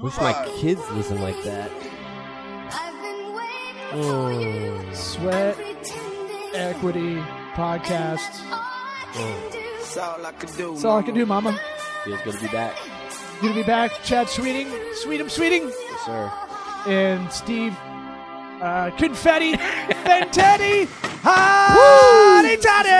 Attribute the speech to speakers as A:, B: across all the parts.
A: Wish my kids listen like that.
B: Sweat
C: Sweat.
B: Equity Podcast.
A: Whoa.
D: all I could do.
B: That's all I can do, Mama.
A: Feels good to be back.
B: Good to be back. Chad Sweeting, Sweetum Sweeting,
A: Yes, sir.
B: and Steve uh, Confetti Ventetti. Hotty Toddy!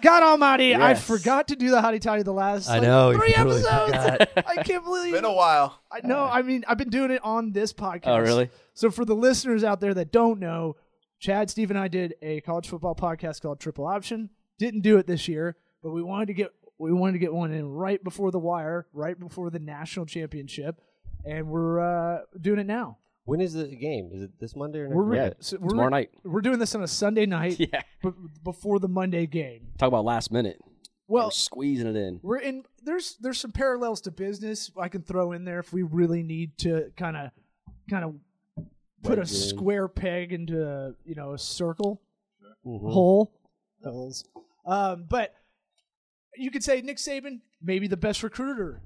B: God Almighty, I
A: Yes.
B: forgot to do the Hotty Toddy the last
E: I
B: like,
E: know, you
B: three
E: totally
B: episodes.
E: forgot.
B: I can't believe
D: Been a while.
B: I know. I mean, I've been doing it on this podcast.
A: Oh, really?
B: So for the listeners out there that don't know, Chad, Steve, and I did a college football podcast called Triple Option. Didn't do it this year, but we wanted to get we wanted to get one in right before the wire, right before the national championship, and we're uh, doing it now.
E: When is the game? Is it this Monday or next
B: We're re-
A: Yeah,
B: so we're
A: tomorrow night.
B: We're doing this on a Sunday night
A: Yeah.
B: b- before the Monday game.
A: Talk about last minute. We're
B: Well,
A: squeezing it in.
B: we're in there's there's some parallels to business I can throw in there if we really need to kind of kind of put a
A: Wedge it in.
B: square peg into a, you know a circle
A: Mm-hmm.
E: Mhm.
B: hole holes um, but you could say Nick Saban maybe the best recruiter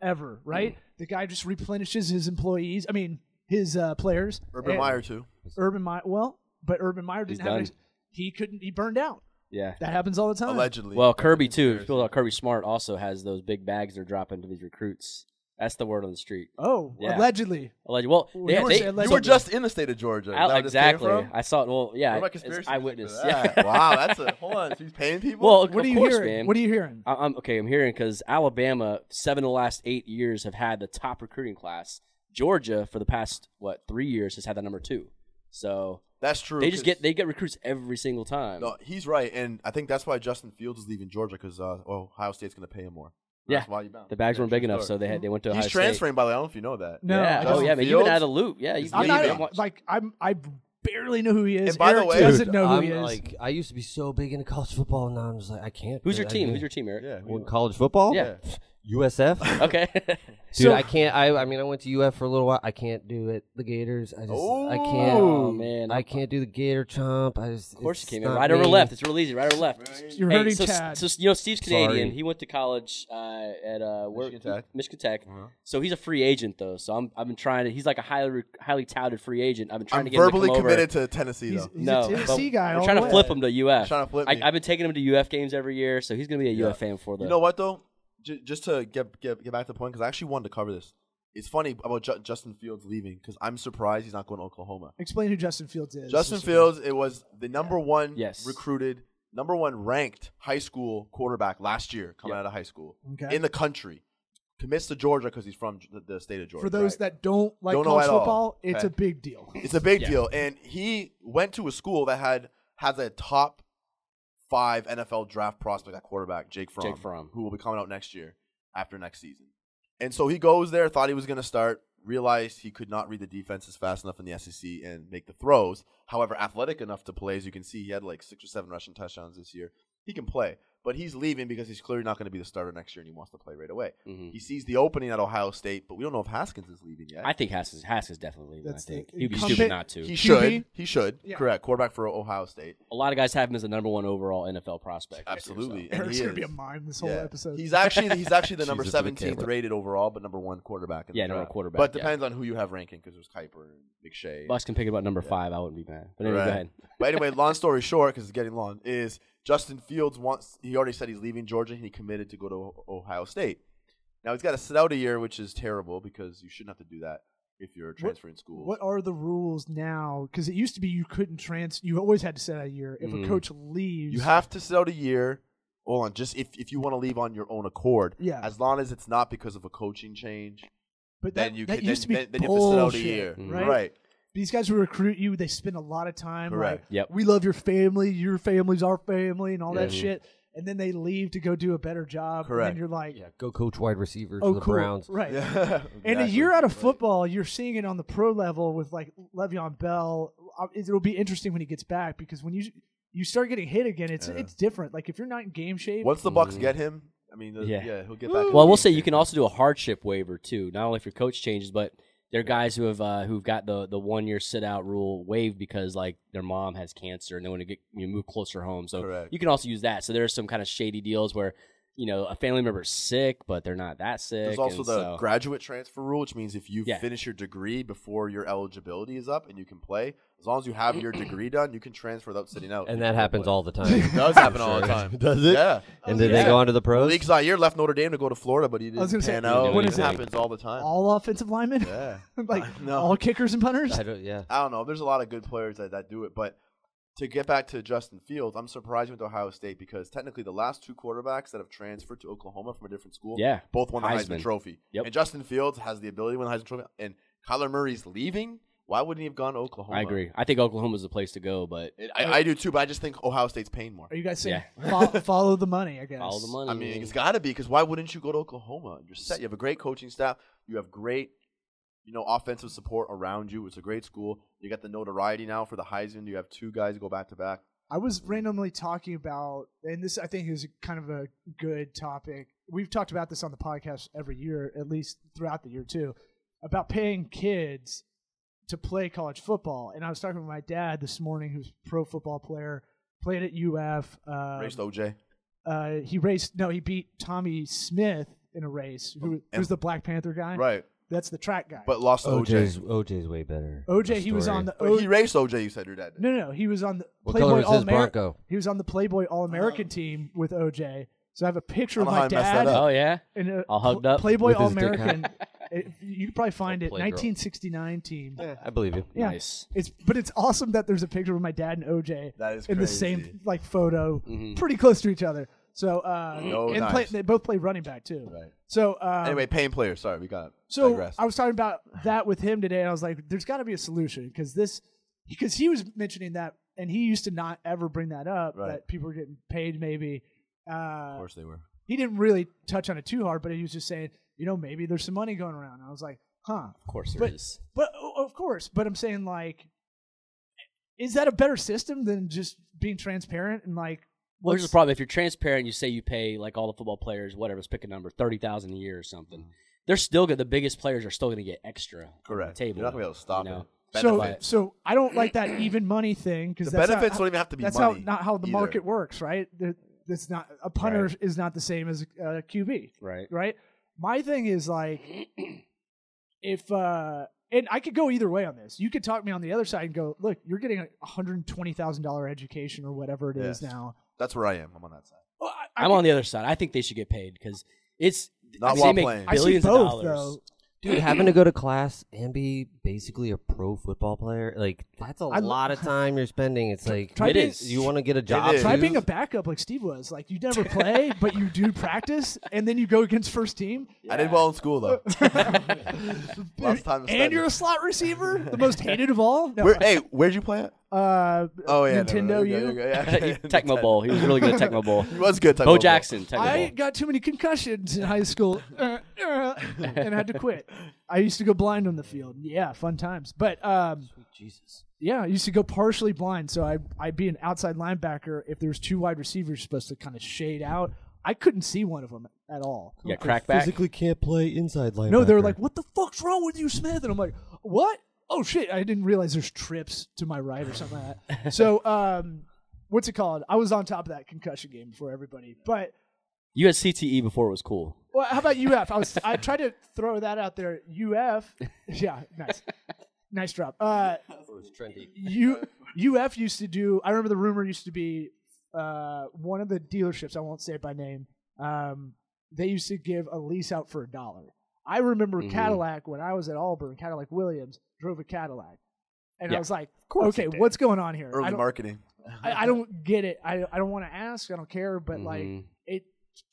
B: ever right
A: Mm-hmm.
B: the guy just replenishes his employees I mean his uh, players
D: Urban
B: And
D: Meyer too.
B: Urban Meyer well but Urban Meyer
A: He's
B: didn't have
A: done.
B: any, he couldn't he burned out
A: Yeah.
B: that happens all the time
D: Allegedly.
A: Well, Kirby too. People like Kirby Smart also has those big bags they're dropping to these recruits. That's the word on the street.
B: oh
A: Yeah.
B: allegedly
A: Alleged. Well,
B: You
A: they,
B: were
A: they-
B: saying
D: you
B: allegedly.
D: were just in the state of Georgia. Is
A: Al-
D: that where this came
A: exactly.
D: from?
A: I saw it. Well, yeah,
D: What about
A: it's
D: conspiracy
A: eyewitness.
D: theories for
A: Yeah.
D: that? wow, that's a hold on. He's paying people.
A: Well,
B: what
A: of
B: are you
A: course,
B: hearing
A: man.
B: what are you hearing
A: I- I'm okay. I'm hearing because Alabama, seven of the last eight years, have had the top recruiting class. Georgia, for the past what three years, has had the number two. So
D: that's true.
A: they just
D: 'cause-
A: get they get recruits every single time.
D: No, he's right, and I think that's why Justin Fields is leaving Georgia because uh, Ohio State's going to pay him more. That's
A: Yeah.
D: why you bound.
A: the bags
D: Yeah,
A: weren't big
D: true
A: enough,
D: story.
A: so they had they went to Ohio
D: he's transferring. By the way, I don't know if you know that.
A: State.
B: No,
A: yeah. Oh
B: I don't-
A: yeah, man. You've been
D: Fields
A: out of the loop. Yeah,
D: is
A: you've
B: I'm
A: been
D: leaving.
A: out of
B: not like I'm. I barely know who he is.
D: And by the
B: Eric
D: way-
B: doesn't
E: Dude,
B: know who
E: I'm
B: he is.
E: like, I used to be so big into college football, and now I'm just like, I can't.
A: Who's your
E: I-
A: team? Who's your team, Eric?
D: Yeah.
E: Well, in college football?
A: Yeah.
E: USF. Dude,
A: Okay.
B: So-
E: I can't. I, I mean, I went to UF for a little while. I can't do it. The Gators. I just. I can't. um,
A: oh man,
E: I can't do the Gator chomp. I just.
A: Of course you
E: it's
A: came in
E: not
A: right over
E: me.
A: left. It's real easy. Right over left.
B: You're
A: Hey,
B: hurting
A: so,
B: Chad.
A: so you know Steve's Canadian.
E: Sorry.
A: He went to college uh, at uh, where-
D: Michigan Tech.
A: Michigan Tech.
D: Uh-huh.
A: So he's a free agent though. So I'm I've been trying to. He's like a highly re- highly touted free agent. I've been trying
D: I'm
A: to get him to
D: verbally
A: come over.
D: committed to Tennessee
B: He's-
D: though.
B: he's
A: no,
B: a Tennessee
A: but
B: guy.
A: We're
B: all
A: trying
B: the
A: to
B: way.
A: flip him to UF.
D: Trying to flip
A: I,
D: me.
A: I've been taking him to UF games every year, so he's gonna be a
D: Yeah.
A: UF fan for the.
D: You know what though? J- just to get, get get back to the point, because I actually wanted to cover this. It's funny about Ju- Justin Fields leaving because I'm surprised he's not going to Oklahoma.
B: Explain who Justin Fields is.
D: Justin Fields, it was the number one
A: Yes.
D: recruited, number one ranked high school quarterback last year coming
A: Yeah.
D: out of high school
B: Okay.
D: in the country. Commits to Georgia because he's from the, the state of Georgia.
B: For those
D: right?
B: that don't like
D: Don't know
B: college
D: at all.
B: football, it's
D: Okay.
B: a big deal.
D: it's a big
A: Yeah.
D: deal, and he went to a school that had has a top five NFL draft prospect at quarterback, Jake Fromm,
A: Jake Fromm.
D: who will be coming out next year after next season. And so he goes there, thought he was going to start, realized he could not read the defenses fast enough in the SEC and make the throws. However, athletic enough to play, as you can see, he had like six or seven rushing touchdowns this year. He can play, but he's leaving because he's clearly not going to be the starter next year, and he wants to play right away.
A: Mhm.
D: He sees the opening at Ohio State, but we don't know if Haskins is leaving yet.
A: I think Haskins Haskins definitely leaving. I
B: That's the
A: think he'd be
B: incumbent-
A: stupid not to.
D: he
B: QB?
D: should. He should.
B: Yeah.
D: Correct. Quarterback for Ohio State.
A: a lot of guys have him as the number one overall NFL prospect. this year, so.
D: Absolutely. And
B: Eric's
D: he
B: gonna be a
D: is.
B: mime this whole
D: Yeah.
B: episode.
D: He's actually he's actually the number
E: Jesus, look at the
D: seventeenth
E: camera.
D: rated overall, but number one quarterback. In
A: Yeah,
D: the
A: number
D: draft.
A: one quarterback,
D: But
A: yeah.
D: depends on who you have ranking because there's Kuiper and McShay.
A: Bucks can pick about number five. I wouldn't be mad. But anyway,
D: Right.
A: go ahead.
D: But anyway, long story short, because it's getting long, is Justin Fields wants. He already said he's leaving Georgia, and he committed to go to O- Ohio State. Now he's got to sit out a year, which is terrible because you shouldn't have to do that if you're transferring schools.
B: what are the rules now? Because it used to be you couldn't trans. You always had to set out a year if
A: Mhm.
B: a coach leaves.
D: You have to sit out a year. Hold on, just if, if you want to leave on your own accord.
B: Yeah.
D: As long as it's not because of a coaching change,
B: But
D: then
B: that,
D: you
B: that
D: can,
B: used to be
D: then, then, then you have to sit out
B: bullshit,
D: a year.
A: Mm-hmm.
B: right? These guys who recruit you, they spend a lot of time.
D: Correct.
B: Like,
A: Yep.
B: We love your family. Your family's our family, and all that
A: Yeah.
B: shit. And then they leave to go do a better job. And
D: Correct.
B: then you're like,
E: Yeah, go coach wide receiver
B: oh,
E: for the
B: cool.
E: Browns.
B: Right.
D: Yeah.
B: And a
D: Exactly.
B: year out of
D: Right.
B: football, you're seeing it on the pro level with like Le'Veon Bell. Uh, it- It'll be interesting when he gets back because when you you start getting hit again, it's
D: Yeah.
B: it's different. Like if you're not in game shape,
D: Once the Bucks get him, I mean, the-
A: Mm. Yeah.
D: yeah. he'll get back.
A: Well,
D: in
A: I
D: the
A: will
D: game
A: say you
D: shape.
A: can also do a hardship waiver too. Not only if your coach changes, but there are guys who have uh, who've got the the one year sit out rule waived because like their mom has cancer and they want to get you know, move closer home. So
D: Correct.
A: you can also use that. So there are some kind of shady deals where you know a family member's sick, but they're not that sick.
D: There's also
A: and
D: the
A: so-
D: graduate transfer rule, which means if you
A: Yeah.
D: finish your degree before your eligibility is up and you can play, as long as you have your degree done, you can transfer without sitting out.
E: and that happens all the time.
D: It does happen all the time.
E: Does it?
D: Yeah.
E: And did
D: Yeah.
E: they go on to the pros?
D: League Zaire left Notre Dame to go to Florida, but he
B: was
D: didn't
B: gonna say,
D: pan
A: He
D: out.
A: didn't
D: It
A: do anything.
D: happens all the time.
B: all offensive linemen,
D: yeah.
B: like
D: I know.
B: all kickers and punters.
E: I don't, yeah.
D: I don't know. There's a lot of good players that, that do it, but to get back to Justin Fields, I'm surprised he went to Ohio State because technically the last two quarterbacks that have transferred to Oklahoma from a different school,
A: Yeah.
D: both won the Heisman,
A: Heisman.
D: Trophy.
A: Yep.
D: And Justin Fields has the ability to win the Heisman Trophy. And Kyler Murray's leaving. Why wouldn't he have gone to Oklahoma?
A: I agree. I think Oklahoma's the place to go, but
D: It- I, I do too, but I just think Ohio State's paying more.
B: Are you guys saying
A: Yeah.
B: fol- follow the money? I guess
A: follow the money.
D: I mean, it's got to be because why wouldn't you go to Oklahoma? You're set. You have a great coaching staff. You have great, you know, offensive support around you. It's a great school. You got the notoriety now for the Heisman. You have two guys go back to back.
B: I was randomly talking about, and this I think is kind of a good topic. We've talked about this on the podcast every year, at least throughout the year too, about paying kids to play college football. And I was talking with my dad this morning, who's a pro football player, played at UF. Um,
D: Raised OJ.
B: uh, he raced. No, he beat Tommy Smith in a race. Who, who's the Black Panther guy?
D: Oh, Right,
B: That's the track guy.
D: but lost to
E: OJ's
D: OJ.
E: OJ's way better.
B: OJ, he was
E: story.
B: on the
D: But he raced OJ. You said your dad. Did.
B: No, no, he was on the
E: What color
B: Playboy
E: is his
B: All American.
E: Bronco?
B: He was on the Playboy All American team with OJ. So I have a picture
D: Uh-huh. I
B: of
D: don't
B: my
D: know how I messed that
B: dad
D: up.
A: oh yeah,
B: and a
A: All hugged up
B: Playboy
E: with
B: All
E: his dick out.
B: American. you can probably find it.
E: Playgirl.
B: 1969 team.
E: I believe you.
B: Yeah.
A: nice.
B: It's but it's awesome that there's a picture of my dad and OJ
D: That is
B: in the
D: crazy.
B: same like photo,
E: Mm-hmm.
B: pretty close to each other. So uh,
D: No
B: and play,
D: knives.
B: they both play running back too.
D: Right.
B: So um,
D: Anyway, paying players. Sorry, we got
B: so
D: digressed.
B: I was talking about that with him today, and I was like, "There's got to be a solution because this, because he was mentioning that, and he used to not ever bring that up
D: Right.
B: that people were getting paid. Maybe
D: of
B: uh,
D: course they were.
B: he didn't really touch on it too hard, but he was just saying, you know, maybe there's some money going around. And I was like, huh,
A: Of course there
B: But-
A: is.
B: but o- of course, but I'm saying like, is that a better system than just being transparent and like,
A: Well, here's the
B: what's-
A: problem: if you're transparent, you say you pay like all the football players, whatever, let's pick a number, thirty thousand a year or something. They're still going the biggest players are still going to get extra. on the
D: Correct.
A: Table.
D: You're not gonna be able to stop
A: you know?
D: it.
B: So,
D: Benefits.
B: so I don't like that even money thing because
D: the benefits don't even have to be
B: that's
D: money.
B: how not how the
D: either.
B: market works, right? There- That's not a punter is not the same as a QB,
A: Right.
B: right? My thing is like if uh and I could go either way on this. You could talk me on the other side and go, look, you're getting a hundred twenty thousand dollar education or whatever it is
D: Yes.
B: now.
D: That's where I am. I'm on that side.
B: Well, I, I
A: I'm on the other side. I think they should get paid because it's
D: Not
A: I mean,
D: while
A: they make
D: playing.
B: I see
A: billions
B: both
A: of dollars.
B: though.
E: Dude, having to go to class and be basically a pro football player, like that's a
B: I lo-
E: lot of time you're spending. It's like
B: Try
A: It
B: being-
A: is.
E: you want to get a job.
D: is.
B: Try
E: too?
B: being a backup like Steve was. Like you never play, but you do practice, and then you go against first team.
D: I did well in school though. Lots of time to
B: And
D: spend
B: you're a
D: it.
B: slot receiver, the most hated of all. No,
D: Where, hey, where'd you play at?
B: uh,
D: Oh yeah,
B: Nintendo
D: No, no,
B: U.
D: no, no, yeah, yeah.
A: Tecmo Bowl. He was really good at Tecmo Bowl.
D: He was good. Tecmo
A: Bo
D: Bowl.
A: Jackson, Tecmo
B: I
A: Bowl.
B: got too many concussions in high school uh, uh, and had to quit. I used to go blind on the field. Yeah, fun times. But um,
E: Jesus.
B: yeah, I used to go partially blind, so I I'd be an outside linebacker if there was two wide receivers supposed to kind of shade out. I couldn't see one of them at all.
A: Yeah, crackback.
E: Physically can't play inside linebacker.
B: No, they were like, "What the fuck's wrong with you, Smith?" And I'm like, "What? Oh shit! I didn't realize there's trips to my right or something like that." so, um, what's it called? I was on top of that concussion game before everybody, but.
A: You had CTE before it was cool.
B: Well, how about UF? I was I tried to throw that out there. UF, yeah, nice, nice drop. Uh, U, UF used to do. I remember the rumor used to be uh, one of the dealerships. I won't say it by name. Um, they used to give a lease out for a dollar. I remember
A: Mhm.
B: Cadillac when I was at Auburn. Cadillac Williams drove a Cadillac, and I
A: Yeah,
B: was like,
E: course
B: "Okay,
E: it did.
B: what's going on here? I
D: Early
B: don't,
D: marketing.
B: I, I don't get it. I I don't want to ask. I don't care. But like,
A: Mhm.
B: it's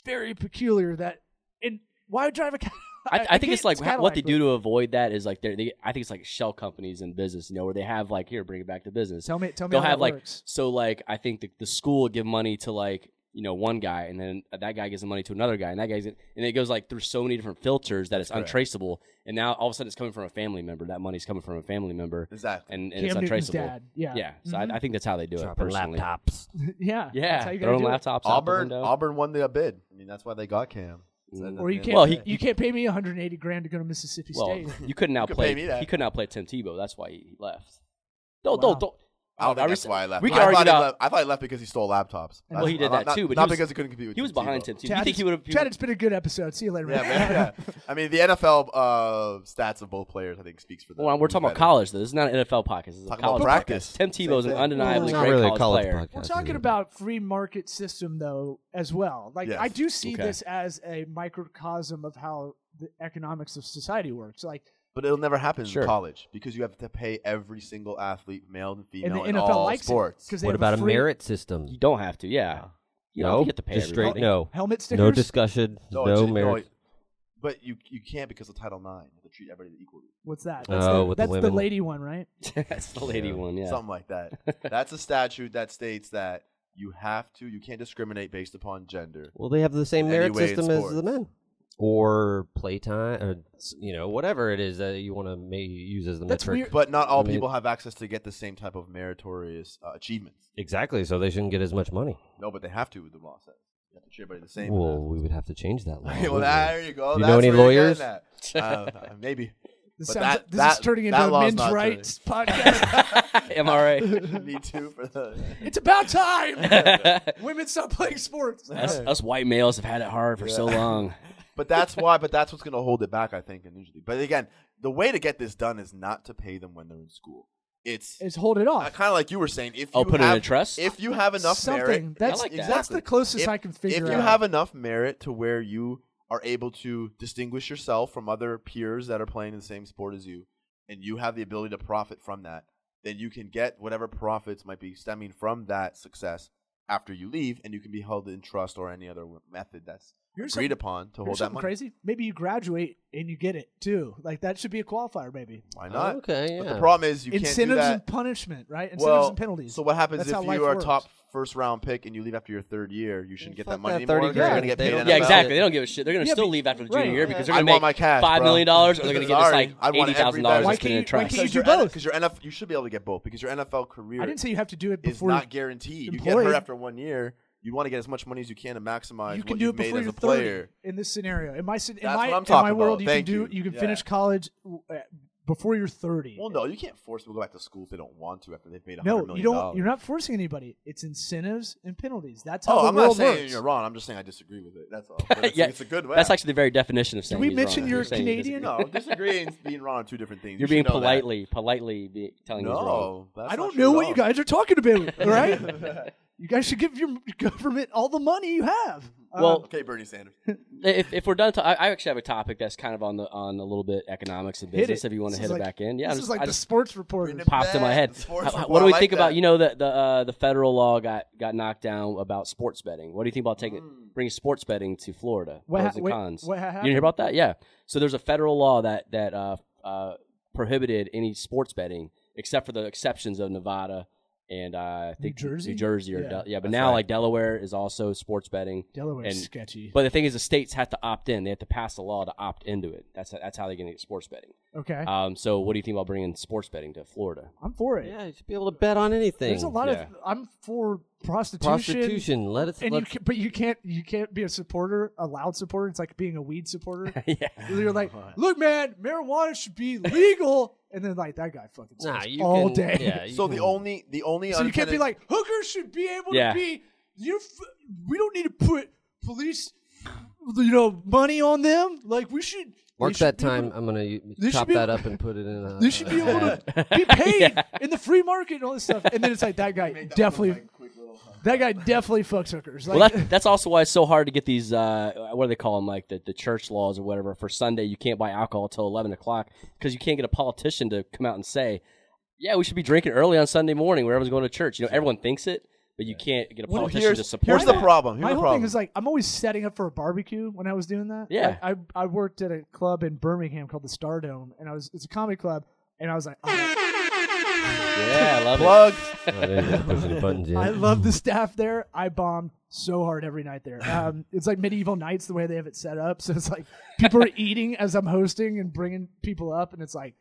B: very peculiar that and why drive a cat?
A: I, I, think it's like ha- what they do
B: To-
A: to avoid that is like they're, they. I think it's like shell companies in business, you know, where they have like here, bring it back to business.
B: tell me, tell me.
A: They'll
B: how
A: have
B: that
A: like
B: works.
A: so like I think the, the school will give money to like you know one guy, and then that guy gives the money to another guy, and that guy's and it goes like through so many different filters that it's
D: correct.
A: untraceable. And now all of a sudden it's coming from a family member. That money's coming from a family member,
D: Exactly.
A: and, and
B: Cam
A: it's
B: Newton's
A: untraceable.
B: dad. Yeah,
A: Yeah, so I,
B: Mhm.
A: I think that's how they do it
E: Dropping
A: personally.
E: laptops.
B: yeah, That's
A: Yeah,
B: how you
A: their
B: gotta
A: own
B: do it.
A: laptops. out the
D: Auburn.
A: window.
D: Auburn won the bid. I mean, that's why they got Cam.
A: Mm.
D: At the
B: Or you
D: end
B: can't.
D: of the
A: Well,
D: day.
A: he-
B: you can't pay me 180 grand to go to Mississippi
A: Well,
B: State.
A: you couldn't
D: could pay
A: outplay.
D: me that.
A: he couldn't outplay Tim Tebow. That's why he left. Don't,
B: Wow.
A: don't, don't.
D: I don't
A: Oh, I
D: think
A: res-
D: that's why I left.
A: we can
D: I thought,
A: argue
D: he
A: about-
D: left. I thought he left because he stole laptops.
B: Well,
A: he did
D: Not-
A: that
D: not-
A: too, but he
D: Not
A: was-
D: because he couldn't compete with
A: He was
D: Tebow.
A: behind Tim too.
B: Chad,
A: you think he would have?
B: Chad, it's been a good episode. See you later, man.
D: Yeah, man. yeah. I mean, the NFL uh, stats of both players, I think, speaks for them.
A: Well, we're talking about
D: Better.
A: college though. This is not an NFL podcast. This is a
D: Talk about
A: college
D: practice.
A: podcast. Tim
D: Same
A: Tebow is an
D: thing.
B: Well,
A: undeniably
B: it's
E: not
A: great
E: really a
A: college,
E: college
A: player.
E: podcast.
B: We're
E: is
B: talking
E: it?
B: about free market system though as well. Like
D: Yes.
B: I do see
A: Okay.
B: this as a microcosm of how the economics of society works. Like
D: But it'll never happen
A: Sure.
D: in college because you have to pay every single athlete, male and
B: and
D: female,
B: the
D: in
B: NFL
D: all
B: likes
D: sports.
B: because they
E: What
B: have
E: about a
B: free
E: merit
A: You
E: system?
A: don't have to. Yeah. You don't
E: no,
A: have to pay
E: just straight
A: everybody.
E: no.
B: helmet stickers.
E: No discussion. No,
D: it's-
E: merit.
D: it- but you you can't because of Title IX. You have to treat everybody equally.
B: What's that?
A: Uh,
E: Oh,
B: That's, the,
E: with the
B: that's the,
E: women.
B: lady one, right?
A: That's the lady
E: Yeah.
A: one. Yeah.
D: Something like that. That's a statute that states that you have to, you can't discriminate based upon gender.
E: well, they have the same
D: Any
E: merit
D: way in
E: system as the
D: sports.
E: men, or playtime, or you know whatever it is that you want to may use as the
B: That's
E: metric.
B: weird.
D: But not all
E: I mean-
D: people have access to get the same type of meritorious uh, achievements.
E: Exactly. So they shouldn't get as much money.
D: No, but they have to, the law says. You have to treat everybody the same.
E: Well, we would have to change that law.
D: Okay, well,
E: wouldn't we?
D: there you go.
E: You
D: That's
E: know any
D: where you're getting
E: lawyers?
D: at. Uh, maybe.
B: This,
D: But
B: sounds,
D: that-
B: this is
D: that-
B: turning
D: that
B: into a
D: law's
B: men's
D: not true.
B: rights podcast.
A: Am I right?
D: Me too for the.
B: it's about time women stop playing sports.
A: us, us white males have had it hard for so long.
D: But that's why. But that's what's going to hold it back, I think, initially. But again, the way to get this done is not to pay them when they're in school. It's
B: Is hold it off.
D: kind of like you were saying. If you
A: Oh, put it in
D: have,
A: a trust?
D: If you have enough
B: Something.
D: merit,
B: That's-
A: I like that.
B: that's the closest
D: If-
B: I can figure
D: If you
B: out.
D: have enough merit to where you are able to distinguish yourself from other peers that are playing the same sport as you, and you have the ability to profit from that, then you can get whatever profits might be stemming from that success after you leave, and you can be held in trust or any other method that's
B: Here's
D: agreed
B: something-
D: upon to
B: Here's
D: hold that
B: something
D: money.
B: crazy. Maybe you graduate and you get it too. Like that should be a qualifier, maybe.
D: Why not?
E: Okay,
D: But the
E: yeah.
D: problem is you can't do
B: Incentives
D: that.
B: and punishment, right? Incentives
D: well,
B: and penalties.
D: So what happens
B: That's how
D: if
B: life
D: you are
B: works.
D: a top first round pick and you leave after your third year? You shouldn't get
E: fuck
D: that money
E: that 30
D: anymore. 'cause You're
E: grand.
D: gonna get
E: They
D: paid
E: don't
D: NFL.
A: yeah,
E: about
A: exactly.
E: it.
A: They don't give a shit. They're gonna
B: Yeah,
A: still
B: but-
A: leave after the junior
B: right.
A: year because
D: I
A: they're gonna
D: want
A: make
D: my cash,
A: five
D: bro.
A: million dollars, or they're gonna get this
D: Sorry.
A: like
D: I want
A: eighty thousand dollars
D: every dollar.
A: that's put in a
B: Why can't
A: trust.
B: you
D: Because
B: do
D: your N-
B: both?
D: Because your NFL, you should be able to get both. Because your NFL career
B: I didn't say you have to do it
D: is
B: before
D: not
B: you-
D: guaranteed. You get
B: employed.
D: hurt after one year. You want to get as much money as you can to maximize
B: you can
D: what
B: do
D: you've
B: it
D: made
B: before
D: as
B: you're
D: a
B: 30
D: player.
B: in this scenario. In my sce- in
D: That's
B: my
D: what I'm
B: in my
D: talking
B: world,
D: about.
B: you
D: Thank
B: can do
D: you.
B: you, can
D: Yeah.
B: finish college uh, before you're 30.
D: Well, no, you can't force people to go back to school if they don't want to after they've made a hundred
B: no,
D: million
B: you don't.
D: dollars.
B: You're not forcing anybody. It's incentives and penalties. That's how
D: Oh,
B: the
D: I'm
B: world
D: not saying
B: works.
D: you're wrong. I'm just saying I disagree with it. That's all. But it's,
A: Yeah,
D: it's a good way.
A: That's actually the very definition of saying.
B: we
A: he's wrong.
B: mention you're
A: You're saying he doesn't-
B: Canadian?
D: no disagreeing and being wrong are two different things.
A: You're
D: You
A: being
D: should know that.
A: politely, politely be telling he's wrong.
D: No, that's
B: I
D: not
B: don't
D: true
B: know
D: at
B: what
D: all.
B: you guys are talking about. All right, you guys should give your government all the money you have. Uh,
A: Well,
D: Okay, Bernie Sanders.
A: If, if we're done, to, I, I actually have a topic that's kind of on the on a little bit economics and
B: Hit
A: business.
B: it.
A: If you want to
B: This
A: hit
B: is
A: it
B: like-
A: back in, yeah,
B: this
A: I'm
B: is
A: just-
B: like
A: I
B: the
A: just-
B: sports reporter.
D: Bring it
A: popped in my
D: back,
A: head.
D: the sports
A: How- how-
D: report,
A: what do
D: I
A: we
D: like
A: think about?
D: that.
A: You know that the uh, the federal law got got knocked down about sports betting. What do you think about taking bringing sports betting to Florida?
B: Hmm. What
A: pros
B: ha-
A: and
B: wait,
A: cons.
B: what ha-
A: you didn't hear about that? Yeah. So there's a federal law that that uh, uh, prohibited any sports betting except for the exceptions of Nevada and uh, I think
B: Jersey?
A: New Jersey or
B: Yeah.
A: yeah. yeah but
D: That's
A: now
D: right.
A: like Delaware is also sports betting.
B: Delaware's
A: And-
B: sketchy.
A: But the thing is, the states have to opt in. They have to pass a law to opt into it. That's that's how they're going to get sports betting.
B: okay,
A: Um, so, what do you think about bringing sports betting to Florida?
B: I'm for it.
E: Yeah, you should be able to bet on anything.
B: There's a lot
A: Yeah.
B: of I'm for prostitution.
E: prostitution. Let it.
B: And you
E: let-
B: can, but you can't you can't be a supporter, a loud supporter. It's like being a weed supporter.
A: yeah.
B: You're like, look, man, marijuana should be legal, and then like that guy fucking
E: nah,
B: smoke
E: you
B: all
E: can-
B: day.
E: Yeah, you
D: So the
E: can-
D: only the only
B: so you can't be
D: unintended-
B: like hookers should be able
A: Yeah.
B: to be. You, f- we don't need to put police, you know, money on them. Like we should they
E: Mark
B: should
E: that
B: be able
E: time.
B: to-
E: I'm gonna u-
B: They should
E: chop
B: be
E: that
B: able-
E: up and put it in. A,
B: They should be able
E: ad.
B: to be paid
A: Yeah.
B: in the free market and all this stuff. And then it's like that guy definitely, that guy definitely fucks hookers. Like,
A: Well, that, that's also why it's so hard to get these. Uh, what do they call them? Like the, the church laws or whatever. For Sunday, you can't buy alcohol till eleven o'clock because you can't get a politician to come out and say, "Yeah, we should be drinking early on Sunday morning when everyone's going to church." You know, everyone thinks it, but you can't get a
D: Well,
A: politician
D: here's-
A: to
D: here's
A: support
D: the
A: that.
D: problem. Here's
B: my
D: the
B: whole
D: problem.
B: thing is like I'm always setting up for a barbecue when I was doing that.
A: Yeah.
B: Like, I I worked at a club in Birmingham called the Stardome, and I was it's a comedy club, and I was like, "Oh,
A: Yeah, I love
D: plug.
E: Oh, there you go, pushing the buttons, yeah.
B: I love the staff there. I bombed so hard every night there. Um, it's like medieval nights the way they have it set up. So it's like people are eating as I'm hosting and bringing people up, and it's like,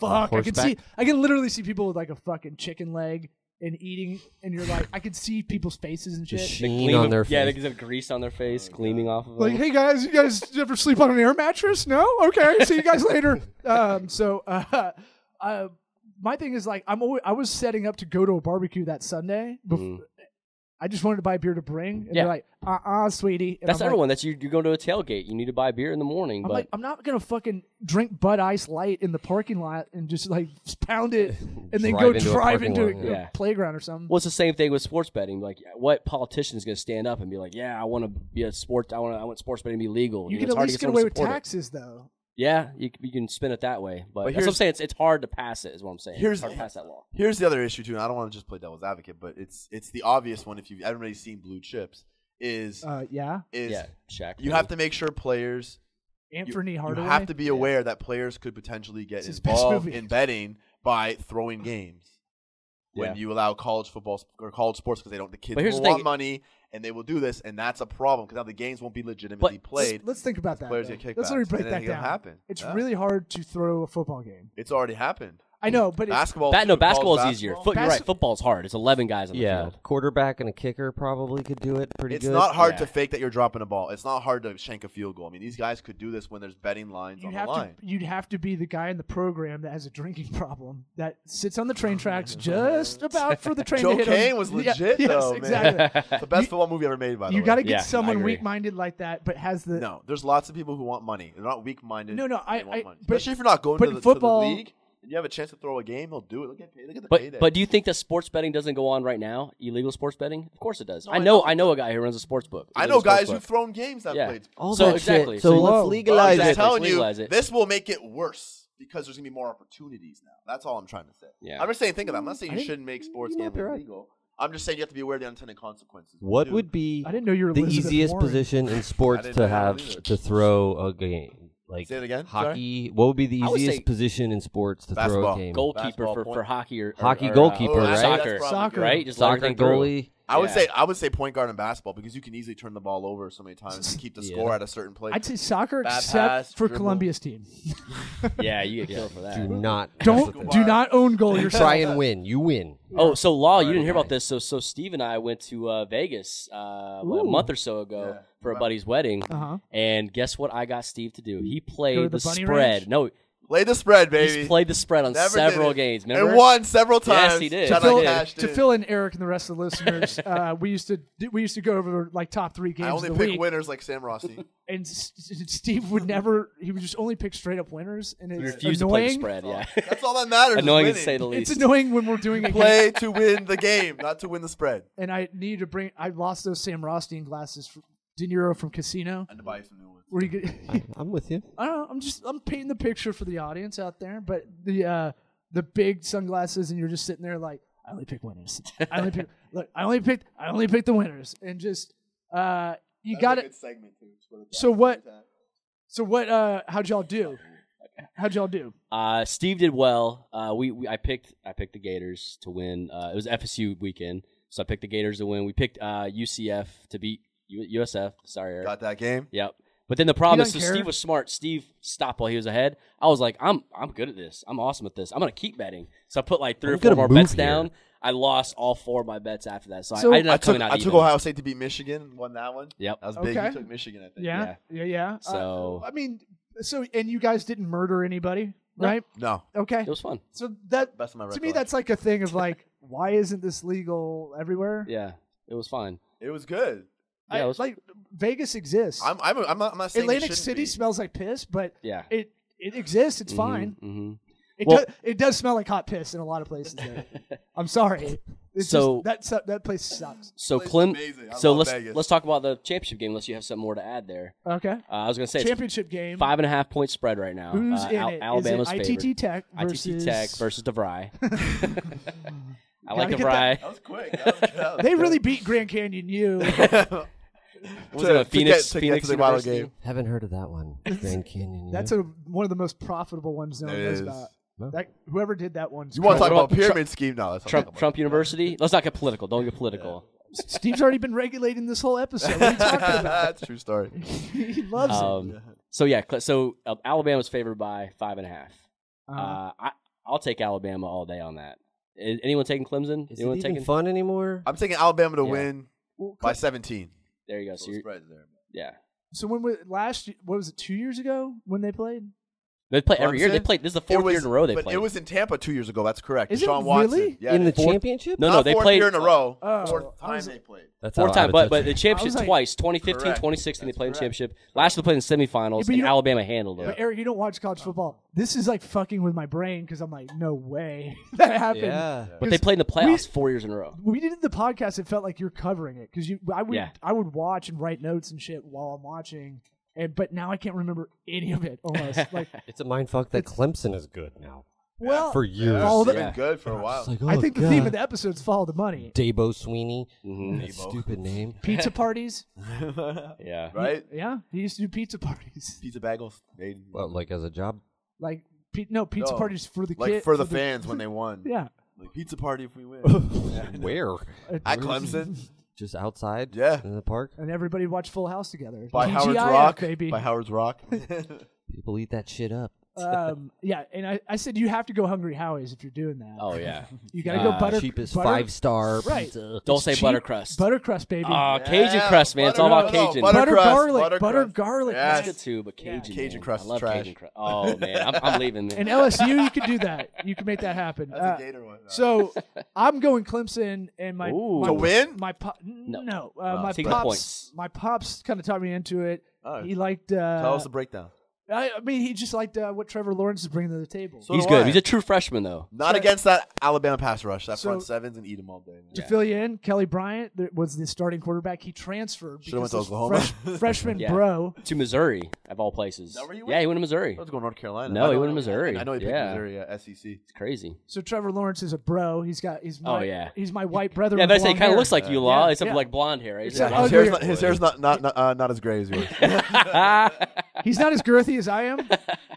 B: fuck, I can see,
E: Horseback.
B: I can literally see people with like a fucking chicken leg. And eating, and you're like, I can see people's faces and shit.
E: The
A: it.
E: sheen
A: Gleam
E: on
A: of-
E: their
A: Yeah, they
E: face.
A: have grease on their
B: Oh,
A: face, gleaming off of them.
B: like, hey guys, you guys ever sleep on an air mattress? No? Okay, see you guys later. Um, so, uh, uh, my thing is like I'm always I was setting up to go to a barbecue that Sunday. Bef-
A: Mm.
B: I just wanted to buy beer to bring. And
A: Yeah.
B: they're like, uh uh sweetie. And
A: That's
B: I'm like-
A: everyone. That's you. You're going to a tailgate. You need to buy beer in the morning.
B: I'm
A: but
B: like, I'm not gonna fucking drink Bud Ice Light in the parking lot and just like pound it and then
E: Drive
B: go
E: into a
B: drive
E: parking
B: into
E: lot,
B: a,
A: yeah.
B: a playground or something.
A: well, it's the same thing with sports betting. Like, what politician is going to stand up and be like, "Yeah, I want to be a sport. I want. I want sports betting to be legal."
B: you
A: know,
B: can
A: it's
B: at
A: hard to
B: least
A: get
B: get
A: someone
B: away
A: to
B: with
A: support it.
B: taxes though.
A: Yeah, you, c- you can spin it that way. But,
D: But
A: that's what I'm
D: here's-
A: saying. It's, it's hard to pass it. Is what I'm saying.
D: Here's-
A: it's hard to pass that law.
D: Here's the other issue too, and I don't want to just play devil's advocate, but it's it's the obvious one if you've ever really seen blue chips, is
B: Uh, yeah,
D: is
A: yeah, Shaq.
D: you have to make sure players
B: Anthony
D: you
B: Hardaway.
D: have to be aware that players could potentially get
B: It's his best
D: involved
B: movie.
D: in betting by throwing games. When
A: Yeah.
D: you allow college football sp- or college sports because they don't the kids
A: But here's
D: will
A: the
D: want
A: thing-
D: money and they will do this and that's a problem because now the games won't be legitimately
A: But-
D: played.
B: Let's, let's think about that.
D: players
B: though.
D: get kicked.
B: Let's
D: literally
B: literally break that down.
D: Happen.
B: It's
D: Yeah.
B: really hard to throw a football game.
D: it's already happened.
B: I know, but it's,
D: Basketball.
A: Bat, no,
D: too, college
A: basketball is easier.
D: basketball.
A: Foot, you're right.
B: Bas-
A: Football's hard. It's 11 guys on the
E: yeah,
A: field.
E: quarterback and a kicker probably could do it pretty
D: It's
E: good.
D: not hard
A: Yeah.
D: to fake that you're dropping a ball. It's not hard to shank a field goal. I mean, these guys could do this when there's betting lines
B: you'd
D: on
B: have
D: the line.
B: to you'd have to be the guy in the program that has a drinking problem that sits on the train tracks just about for the train.
D: Oh, Joe
B: to hit
D: Kane
B: him.
D: was
B: Yeah,
D: legit,
B: yes,
D: though, man.
B: exactly.
D: It's the best football movie ever made, by the
B: you
D: way.
B: got to get
A: Yeah, I
B: someone
A: agree.
B: weak-minded like that, but has the
D: no. There's lots of people who want money. They're not weak-minded.
B: No, no, I-
D: They want
B: I-
D: money.
B: but-
D: especially if you're not going
B: but
D: to the, to the
B: football-
D: league and you have a chance to throw a game, they'll do it. They'll get paid. They'll get the
A: But
D: payday.
A: but do you think that sports betting doesn't go on right now? Illegal sports betting? Of course it does.
D: No,
A: I
D: I
A: know
D: know.
A: I know a guy who runs a sports book.
D: I
A: Illegal
D: know guys
A: sports
D: who've
A: book.
D: thrown games that
A: Yeah.
D: played.
E: All
A: So
E: that
A: exactly.
E: Shit. So
B: So-
E: let's legalize
A: Exactly.
D: I'm
E: it.
D: telling
A: Let's
D: you,
A: legalize it.
D: this will make it worse because there's gonna be more opportunities now. That's all I'm trying to say.
A: Yeah.
D: I'm just saying, think of that. I'm not saying
B: I
D: you
B: think
D: shouldn't make sports
E: you might be
D: gambling
E: right.
D: legal. I'm just saying you have to be aware of the unintended consequences.
E: What
D: Dude,
E: would be
B: I didn't know you were
E: the
B: Elizabeth
E: easiest
B: Warren.
E: position in
D: I
E: sports
D: didn't know
E: to
D: that
E: have
D: either.
E: to throw a game? Like
D: Say it again? Sorry?
E: Hockey. What would be the
A: I would
E: easiest
A: say
E: position in sports to throw
D: basketball.
E: a game?
D: Goal-
A: goalkeeper
D: Basketball
A: for,
D: point.
A: for hockey or, or-
E: Hockey
A: or, uh,
E: goalkeeper,
D: Oh, actually,
A: soccer,
D: that's probably
B: Soccer.
D: good.
A: right? Just
E: Soccer
A: let her go through.
E: goalie.
D: I would
A: Yeah.
D: say I would say point guard and basketball because you can easily turn the ball over so many times to keep the
E: Yeah.
D: score at a certain place.
B: I'd say soccer,
D: Bad
B: except
D: pass,
B: for
D: dribble.
B: Columbia's team.
A: Yeah, you get killed for that.
E: Do not.
B: Don't
E: that's the
B: do not own goal
E: thing. You
B: yourself.
E: try and win. You win.
A: Oh, so Law, you didn't hear
E: okay.
A: about this. So, so Steve and I went to uh, Vegas uh, what, a
B: Ooh.
A: month or so ago
D: Yeah.
A: for a
D: Wow.
A: buddy's wedding,
B: Uh-huh.
A: and guess what? I got Steve to do. He played
B: the
A: the,
B: bunny
A: spread.
B: ranch?
A: No,
D: Play the spread, baby.
A: he's played the spread on
D: Never did
A: several
D: it.
A: games. Remember?
D: and won several times.
A: Yes, he did.
D: Shout
A: He
D: out
A: did.
D: Cash,
B: To
D: dude.
B: fill in Eric and the rest of the listeners, uh, we used to do- we used to go over like top three games
D: I only
B: of
D: pick
B: the week,
D: winners like Sam Rossi.
B: and S- S- Steve would never. He would just only pick straight up winners, and
A: He
B: it's
A: refused to play the
B: annoying.
A: spread. Yeah,
D: That's all that matters. is
A: annoying to
D: winning.
A: say the
B: It's
A: least.
B: annoying when we're doing a game,
D: Play to win the game, not to win the spread.
B: and I need to bring. I lost those Sam Rothstein glasses, from De Niro from Casino.
D: And to buy some new ones.
B: Where you get,
E: I'm with you.
B: I don't know. I'm just I'm painting the picture for the audience out there, but the uh the big sunglasses, and you're just sitting there like, I only pick winners. I only pick look. I only picked. I only picked the winners, and just uh, you got it.
D: segment too.
B: So what? So what? Uh, how'd y'all do? How'd y'all do?
A: Uh, Steve did well. Uh, we, we I picked I picked the Gators to win. Uh, it was FSU weekend, so I picked the Gators to win. We picked uh, UCF to beat U- USF. Sorry, Eric.
D: Got that game?
A: Yep. But then the problem is,
B: doesn't
A: so
B: care.
A: Steve was smart. Steve stopped while he was ahead. I was like, I'm I'm good at this. I'm awesome at this. I'm gonna keep betting. So I put like 3
E: I'm
A: or four
E: gonna
A: more
E: move
A: bets
E: here.
A: down. I lost all four of my bets after that. So,
B: So-
A: I, I ended up
D: I took
A: coming out
D: I took
A: even.
E: Uh,
D: Ohio State to beat Michigan, won that one.
A: Yep.
D: That was big.
B: Okay.
D: You took Michigan, I think.
B: Yeah, yeah, yeah. Uh,
A: So-
B: I mean, so and you guys didn't murder anybody,
A: No.
B: right?
D: No,
B: Okay.
A: It was fun.
B: So that
D: best of my
B: to me, that's like a thing of like, why isn't this legal everywhere?
A: Yeah. It was fun.
D: it was good.
A: Yeah,
B: I-
A: it was-
B: like Vegas exists.
D: I'm I'm I'm not, I'm not saying it
B: Atlantic
D: shouldn't
B: City
D: be.
B: smells like piss, but
A: Yeah.
B: it it exists. It's fine.
A: hmm
B: It
A: Well-
B: does it does smell like hot piss in a lot of places. There. I'm sorry. It's
A: So-
B: just, that su- that place sucks.
A: So
D: Place is
A: Clem.
D: amazing. I
A: So
D: love
A: let's
D: Vegas.
A: let's talk about the championship game. Unless you have something more to add there.
B: Okay.
A: Uh, I was gonna say it's
B: Championship game.
A: five and a half point spread right now.
B: Who's
A: uh,
B: in
A: Al-
B: it? Is
A: Alabama's
B: it
A: favorite.
B: ITT Tech versus
A: ITT Tech versus DeVry. I like
B: Gotta get
A: DeVry.
B: that-
D: That was quick. That was, that was
B: They
D: good.
B: really beat Grand Canyon U.
A: Was
D: To-
A: it a Phoenix?
D: to get- to get
A: Phoenix
D: to the bottom
A: University?
D: game.
E: Haven't heard of that one. Grand Canyon.
B: That's
E: yeah.
B: a one of the most profitable ones no one
D: It
B: knows
D: is.
B: about.
E: No.
B: That, whoever did that one.
D: You want
A: What
D: to talk about
A: about Trump-
D: pyramid scheme? No, that's not
A: Trump,
D: talking
A: Trump University. Let's not get political. Don't get political.
B: Steve's already been regulating this whole episode. What are you
D: about-
B: talking about?
D: That's a true story.
B: he loves it.
A: Um, so yeah, cl- so uh, Alabama's favored by five and a half. Uh,
E: Uh-huh.
B: Uh,
A: I, I'll take Alabama all day on that. Is anyone taking Clemson?
E: Is it
A: anyone
E: even
A: taking?
E: fun anymore?
D: I'm taking Alabama to
A: Yeah.
D: win
B: well,
D: by 17.
A: There you go. So
D: So
A: you're,
D: spread's there.
A: yeah,
B: so when was last? ye- What was it? Two years ago when they played?
A: They play
D: Clemson?
A: every year. They play. This is the
D: It
A: fourth
D: was-
A: year in a row they
D: but
A: play.
D: It was in Tampa two years ago. That's correct.
B: Is it
D: Deshaun Watson.
B: really?
D: Yeah,
E: in the
D: it is. Fourth-
E: championship.
A: no,
D: not
A: no, they
D: fourth
A: played
D: year in a row.
B: Oh,
D: fourth
B: I
D: time
B: was-
D: they played.
E: That's
A: Four
E: how
A: time,
E: out
A: but
E: of
A: but
E: touch I
A: the
E: am.
B: I
A: championship
B: was like-
A: twice, 2015,
D: Correct.
A: 2016 they played in
D: That's
A: championship. Last year they played in the
B: Yeah,
A: semifinals,
B: but you
A: and
B: don't-
A: Alabama handled
B: But
A: it.
B: Eric, you don't watch
D: Uh,
B: college football. This is like fucking with my brain because I'm like, no way that happened.
E: Yeah.
A: But they
B: 'Cause
A: played in the playoffs four years in a row.
B: We did the podcast. It felt like you're covering it because you. I would.
A: Yeah.
B: I would watch and write notes and shit while I'm watching, and but now I can't remember any of it. Almost like
E: It's a mind fuck that
B: It's-
E: Clemson is good now
B: well,
E: for years.
D: Yeah,
B: All
D: it's
B: the-
D: been good for a while.
E: It's like,
B: I
E: oh,
B: think the theme
E: God.
B: of the episode's follow the money.
E: Dabo Sweeney.
A: Mhm.
E: That
D: Dabo.
E: Stupid name.
B: Pizza parties.
A: Yeah,
D: right?
B: Yeah, he used to do pizza parties.
D: Pizza bagels. Made,
E: Well, like as a job.
B: Like pe- no pizza
D: No.
B: parties for the
D: Oh. like
B: kid-
D: for the fans when they won.
B: Yeah.
D: Like pizza party if we win.
E: Where?
D: At Clemson.
E: Just outside.
D: Yeah.
E: In the park.
B: And everybody watched Full House together.
D: By
B: TGIF,
D: Howard's Rock.
B: baby.
D: By Howard's Rock.
E: People eat that shit up.
B: um, yeah, and I, I said you have to go Hungry Howie's if you're doing that.
A: Oh yeah.
B: you gotta go
E: Ah,
A: uh,
B: butter
E: Cheapest
B: butter-
E: five star
B: Right.
E: pizza.
A: Don't say
B: cheap
A: buttercrust.
B: buttercrust baby.
A: Ah, Cajun crust, man. It's all
B: butter-
A: about Cajun.
D: butter-
B: butter
D: crust,
B: garlic,
D: butter
B: butter
D: crust.
B: garlic.
D: Yes.
A: That's good too, but Cajun.
D: Cajun
A: man.
D: crust
A: I love
D: trash.
A: Cajun crust. Oh man, I'm, I'm leaving. Man.
B: and LSU, you could do that. You can make that happen.
D: That's
B: Uh,
D: a Gator one.
B: so I'm going Clemson, and my,
A: Ooh.
B: my
A: To
D: win?
B: My pop, no, uh,
D: Oh,
B: my
A: take the
B: pops,
A: points.
B: my pops kind of taught me into it.
D: Oh.
B: He liked. Uh,
D: Tell us the breakdown.
B: I, I mean, he just liked uh, what Trevor Lawrence is bringing to the table.
D: So
A: He's
D: do
A: good.
D: I.
A: He's a true freshman though.
D: Not
B: so-
D: against that Alabama pass rush. That
B: So-
D: front sevens and eat them all day.
B: to fill you in, Kelly Bryant th- was the starting quarterback. He transferred
D: Should've
B: because
D: went to
B: this
D: Oklahoma.
B: fresh- freshman
A: Yeah.
B: bro.
A: To Missouri, of all places.
D: that where you went?
A: yeah, he went to Missouri.
B: Oh,
D: Let's go North Carolina.
A: No,
D: I
A: he
D: know-
A: went to Missouri.
D: I know he picked
A: Yeah.
D: Missouri. Yeah, E SEC.
A: It's crazy.
B: So Trevor Lawrence is a bro. He's got he's my
A: Oh, yeah.
B: he's my white brother.
A: Yeah,
B: with
A: but I say
B: blonde
A: it kind
B: hair.
A: of looks like you, Law,
B: Yeah,
A: except
B: yeah.
A: for like blonde hair. Right?
B: It's
A: He's got
B: an
A: long
D: His
B: ugly-
D: hair's, not, his hair's not not not, uh, not as gray as yours.
B: He's not as girthy as I am,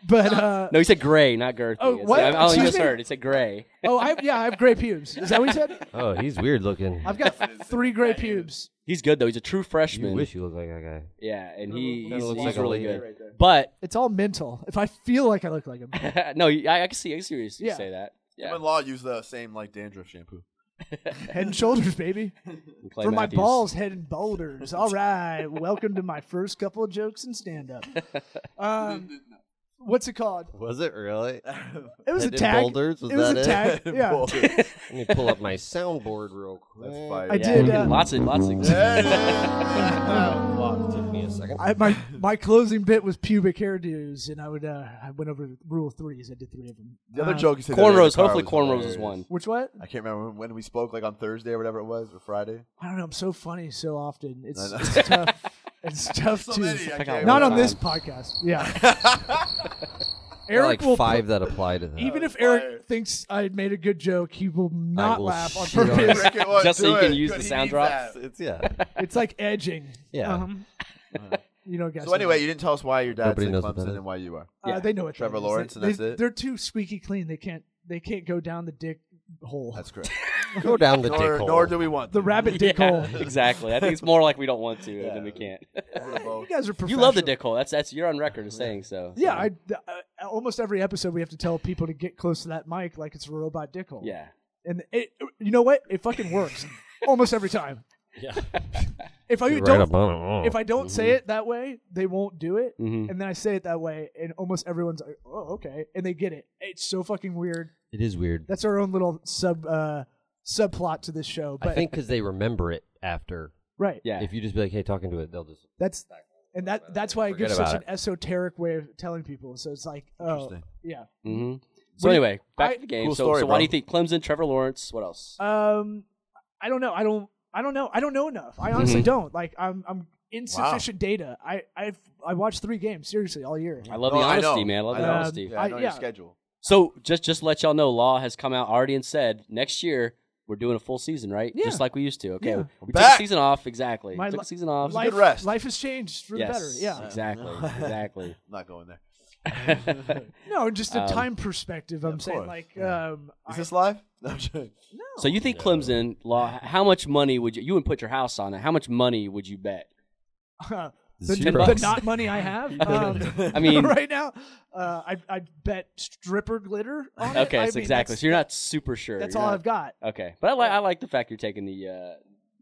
B: but uh,
A: No, he said gray, not girthy.
B: Oh,
A: It's-
B: what?
A: I, I only
B: Excuse me?
A: misheard. It said gray.
B: oh, I have, yeah, I have gray pubes. Is that what he said?
E: Oh, he's weird looking.
B: I've got three gray pubes.
A: He's good though. He's a true
E: you
A: freshman.
E: wish you looked like that guy.
A: Yeah, and he
E: Kinda
A: he's,
E: looks
A: he's
E: like a
A: really
E: lady.
A: good. But
B: It's all mental. If I feel like I look like him,
A: no, you- I, I can see. I can see where you
B: Yeah.
A: say that.
D: Him
A: Yeah,
D: and Law use the same like dandruff shampoo.
B: head and shoulders, baby.
A: and Clay
B: For my
A: Matthews.
B: balls, head and boulders. All right, welcome to my first couple of jokes and stand up. Um, what's it called?
E: Was it really?
B: It was
E: Head
B: a
E: and
B: tag.
E: boulders? Was
B: it was
E: that
B: a
E: it?
B: tag. Yeah.
D: Boy, that's
E: Let me pull up my soundboard real quick.
D: fire.
B: I
A: Yeah,
B: did, uh,
A: lots of lots of.
E: Give me a second.
B: I, my my closing bit was pubic hairdos, and I would uh, I went over the rule of threes. I did three of them.
D: The other
B: Uh,
D: joke you said. the other day in
A: Cornrows.
D: the car
A: Hopefully, cornrows is
D: hilarious.
A: one.
B: Which what?
D: I can't remember when we spoke, like on Thursday or whatever it was, or Friday.
B: I don't know. I'm so funny so often. It's,
D: I know.
B: it's tough. It's tough
D: So
B: to
D: many, I
A: Check
D: can't
A: out
B: not
A: one
B: on this
A: time.
B: podcast. Yeah.
E: There are
B: Eric
E: like
B: will
E: five that apply to that.
B: even
D: Oh,
B: if Eric
D: fire.
B: thinks I made a good joke, he will not
E: will
B: laugh on
E: shit on
B: purpose.
E: it.
D: Rick, it was,
A: Just so
D: do
A: you can
D: it.
A: use
D: Good,
A: the
D: he
A: sound
D: needs
A: drops.
D: that.
E: it's yeah.
B: It's like edging.
E: Yeah.
B: Um, you know, guys.
D: So anyway, you didn't tell us why your dad's
E: Nobody
D: in
E: knows what that
D: Clemson
E: is.
D: and why you are.
B: uh,
A: yeah.
B: they know it.
D: Trevor
B: that is.
D: Lawrence
B: They-
D: and that's
B: they,
D: it?
B: They're too squeaky clean. They can't. They can't go down the dick hole.
D: That's correct.
E: Go down the dick
D: nor,
E: hole.
D: nor do we want
B: the
D: to.
B: rabbit dick hole.
A: Yeah, exactly. I think it's more like we don't want to than we can't.
B: You guys are
A: You love the
B: professional.
A: dick hole. That's that's you're on record as saying so.
B: Yeah, I, uh, almost every episode we have to tell people to get close to that mic like it's a robot dick hole.
A: Yeah.
B: and it, you know what? It fucking works almost every time.
A: Yeah.
B: If I
E: You're right
B: don't,
E: up on it. Oh.
B: if I don't
A: Mm-hmm.
B: say it that way, they won't do it.
A: Mhm.
B: And then I say it that way, and almost everyone's like, "Oh, okay," and they get it. It's so fucking weird.
E: it is weird.
B: That's our own little sub uh, subplot to this show. But
E: I think because they remember it after.
B: right,
A: Yeah.
E: If you just be like, hey, talking to it, they'll just.
B: that's and that that's why it gives
E: Forget
B: such an
E: about
B: esoteric way of telling people. So it's like, oh,
D: Interesting.
B: yeah.
A: hmm So
B: We-
A: anyway, back
B: I-
A: to the game.
D: Cool
A: so
D: story,
A: so why do
D: bro.
A: you think Clemson, Trevor Lawrence, what else?
B: Um, I don't know. I don't. I don't know. I don't know enough. I honestly
A: Mhm.
B: don't. Like, I'm I'm insufficient data. I I've I watched three games seriously all year.
A: I love
D: No,
A: the
D: I
A: honesty,
D: know.
A: man. I love
D: I
A: the
B: know.
A: honesty.
D: Yeah, I
B: I-
D: know
B: yeah.
D: your schedule.
A: So just just to let y'all know, Law has come out already and said next year we're doing a full season, right?
B: Yeah.
A: Just like we used to. Okay,
B: Yeah.
A: we took
D: back.
A: a season off. Exactly,
B: My
A: took
B: li-
A: a season off.
D: li-
B: life,
D: good rest.
B: life has changed for
A: yes,
B: the better. Yeah.
A: exactly, exactly.
D: I'm not going there.
B: No, just a
A: Um,
B: time perspective. I'm
D: of
B: saying
D: course.
B: like, um,
D: Is
B: I-
D: this live? No, I'm joking.
A: So you think Clemson, Law? How much money would you? You would put your house on it. How much money would you bet?
B: the,
E: Zero.
B: the not money I have. Um,
A: I mean-
B: right now, uh, I I bet stripper glitter. On it.
A: Okay,
B: I
A: so
B: mean,
A: exactly.
B: that's-
A: So you're not super sure.
B: That's
A: You're
B: all
A: not-
B: I've got.
A: Okay, but I like I like the fact you're taking the uh,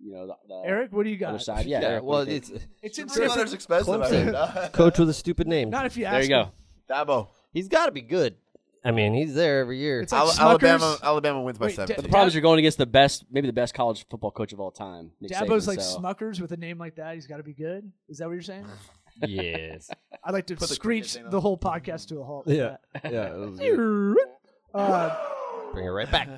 A: you know the, the
B: Eric, what do you got?
A: Oh, other side. Yeah,
E: Yeah,
A: Eric,
E: well,
A: what do you
E: it's
A: think?
B: It's in
D: Three dollars
B: different-
D: expensive. I
E: Clemson.
D: heard.
E: coach with a stupid name.
B: Not if you ask.
A: there you go.
B: him.
D: Dabo.
E: He's got to be good. I mean, he's there every year.
B: It's like
D: Al-
B: Smuckers.
D: Alabama, Alabama wins by
B: Wait,
D: seven.
A: But the
B: Dab-
A: problem is you're going against the best, maybe the best college football coach of all time. Nick
B: Dabo's
A: Saban,
B: like
A: so.
B: Smuckers with a name like that. He's got to be good. Is that what you're saying?
E: yes.
B: I'd like to
D: Put the
B: screech
D: cricket thing
B: the,
D: on.
B: whole podcast to a halt. with
E: Yeah. Yeah.
B: that. Uh,
E: Bring it right back.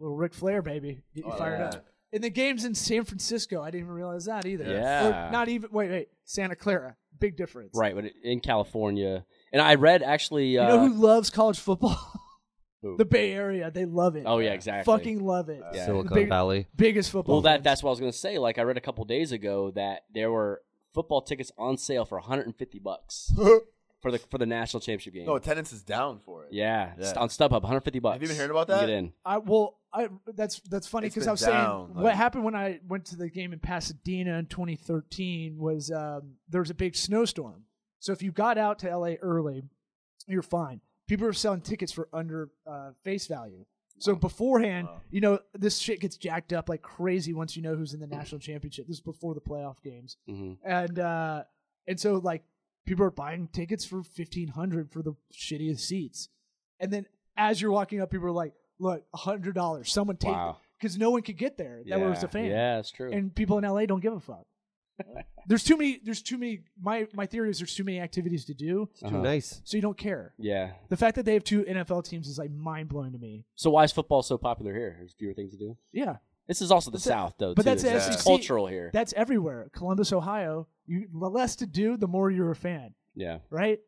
B: little Ric Flair, baby, get you
D: Oh,
B: fired
D: yeah.
B: up. And the game's in San Francisco. I didn't even realize that either.
A: Yeah.
B: Or not even. Wait, wait. Santa Clara. Big difference.
A: Right, but in California. And I read actually.
B: You
A: Uh,
B: know who loves college football?
A: Who?
B: the Bay Area. They love it.
A: Oh, yeah, exactly.
B: Fucking love it.
A: Yeah.
E: Silicon
B: Big-
E: Valley.
B: Biggest football.
A: Well, that
B: fans.
A: that's what I was going to say. Like I read a couple days ago that there were football tickets on sale for 150 bucks for the for the national championship game.
D: no, attendance is down for it.
A: yeah,
D: Yeah.
A: on StubHub, 150 bucks.
D: Have you been hearing about
A: You
D: that?
A: Get in.
B: I well, I that's that's funny
D: It's
B: because
D: been
B: I was
D: down,
B: saying
D: like-
B: what happened when I went to the game in Pasadena in 2013 was um, there was a big snowstorm. So if you got out to LA early, you're fine. People are selling tickets for under uh, face value. So beforehand,
D: Wow.
B: you know this shit gets jacked up like crazy once you know who's in the national championship. This is before the playoff games,
A: hmm
B: and uh, and so like people are buying tickets for 1500 for the shittiest seats and then as you're walking up people are like look $100 someone take
A: Wow.
B: because no one could get there that was a fan
A: Yeah, it's true.
B: and people in la don't give a fuck there's too many there's too many my my theory is there's too many activities to do
E: It's too
A: Uh-huh.
E: nice.
B: so you don't care
A: yeah.
B: the fact that they have two nfl teams is like mind-blowing to me
A: So why is football so popular here? There's fewer things to do.
B: yeah
A: This is also the
B: That's it.
A: South, though.
B: But
A: too.
B: that's
A: It's-
D: the
A: it's
B: SEC.
A: cultural here.
B: that's everywhere columbus ohio you the less to do the more you're a fan
A: yeah.
B: right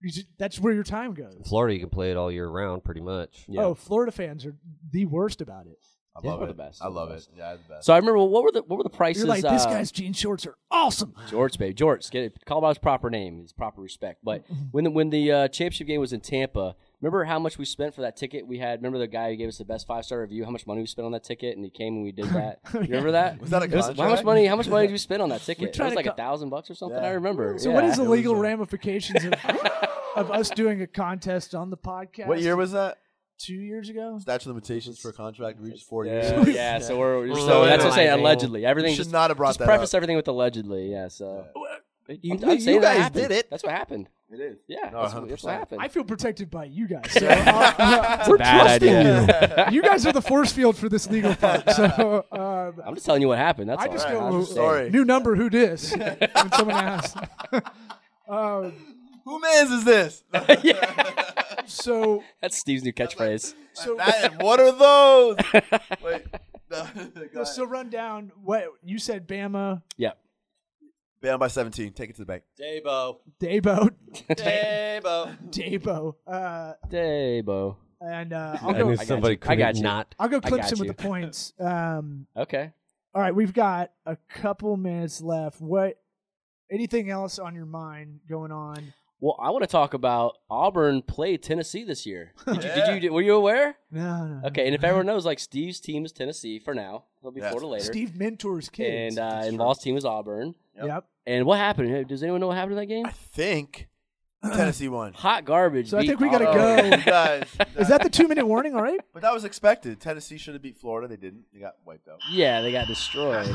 B: you just, that's where your time goes
E: In Florida, you can play it all year round, pretty much.
A: Yeah.
B: Oh, Florida fans are the worst about it.
D: I
A: Yeah,
D: love
A: we're
D: it.
A: the best.
D: I
A: We're the
D: love it.
A: best.
D: Yeah, the best.
A: So I remember what were the what were the prices?
B: You're like, this
A: uh,
B: guy's jean shorts are awesome.
A: Jorts, babe. Jorts. Get it. Call him by his proper name, his proper respect. But when the, when the uh, championship game was in Tampa, remember how much we spent for that ticket? We had, remember the guy who gave us the best five star review, how much money we spent on that ticket? And he came and we did that.
B: Oh,
A: You Remember that?
D: Was that a
A: It was- how much
D: contract?
A: money? How much money did we spend on that ticket? It
B: tried
A: was
B: to
A: like a
B: co-
A: thousand bucks or something.
D: Yeah.
A: I remember.
B: So, what
A: Yeah. uh,
B: is the
D: It was
B: legal
D: a-
B: ramifications of, of us doing a contest on the podcast?
D: what year was that?
B: two years ago?
D: Statue of limitations for a contract reached four
A: Yeah,
D: years.
A: yeah, so we're,
E: We're
A: so that's what I'm saying.
E: analyzing.
A: Allegedly, everything
D: You should
A: just,
D: not have brought
A: just
D: that
A: preface
D: up.
A: everything with allegedly. Yeah, so
E: You,
A: I'm- I'm saying
E: you
A: that
E: guys
A: happened.
E: did it.
A: That's what happened.
D: It is.
A: Yeah,
D: No,
A: that's, what- that's what
D: 100%.
A: happened.
B: I feel protected by you guys. So uh, we're
A: bad
B: trusting
A: idea.
B: you. You guys are the force field for this legal part. So, um,
A: I'm just telling you what happened. That's
B: I
A: all.
B: just
A: I'm
B: go,
A: saying.
D: sorry.
B: new number, who dis? when someone asks. um,
D: Who man's is this?
B: so,
A: That's Steve's new catchphrase.
B: so
D: That- what are those? Wait. No, go
B: So
D: ahead.
B: run down what you said, Bama,
A: Yeah.
D: Down by 17. Take it to the bank.
E: Dabo.
B: Dabo,
E: Dabo.
B: Dabo, uh,
A: Dabo.
B: and uh,
E: I
B: I'll
E: knew
B: go.
A: got
E: somebody
A: you. I got
E: could
A: you.
E: not.
B: I'll go
A: I got
B: Clemson with
A: you.
B: the points. Um,
A: Okay.
B: all right, we've got a couple minutes left. What? Anything else on your mind going on?
A: Well, I want to talk about Auburn played Tennessee this year. Did you, did
D: Yeah.
A: you were you aware?
B: No, no.
A: Okay, and if everyone knows, like Steve's team is Tennessee for now. He'll be
D: Yes.
A: Florida later.
B: Steve mentors kids.
A: and uh, and Law's team is Auburn.
D: Yep.
B: yep.
A: And what happened? Does anyone know what happened in that game?
D: I think Tennessee won.
A: Hot garbage.
B: So I
A: beat
B: think we gotta
A: Auburn.
B: go.
D: you guys.
B: Is that the two minute warning? All right.
D: But that was expected. Tennessee should have beat Florida. They didn't. They got wiped out.
A: Yeah, they got destroyed.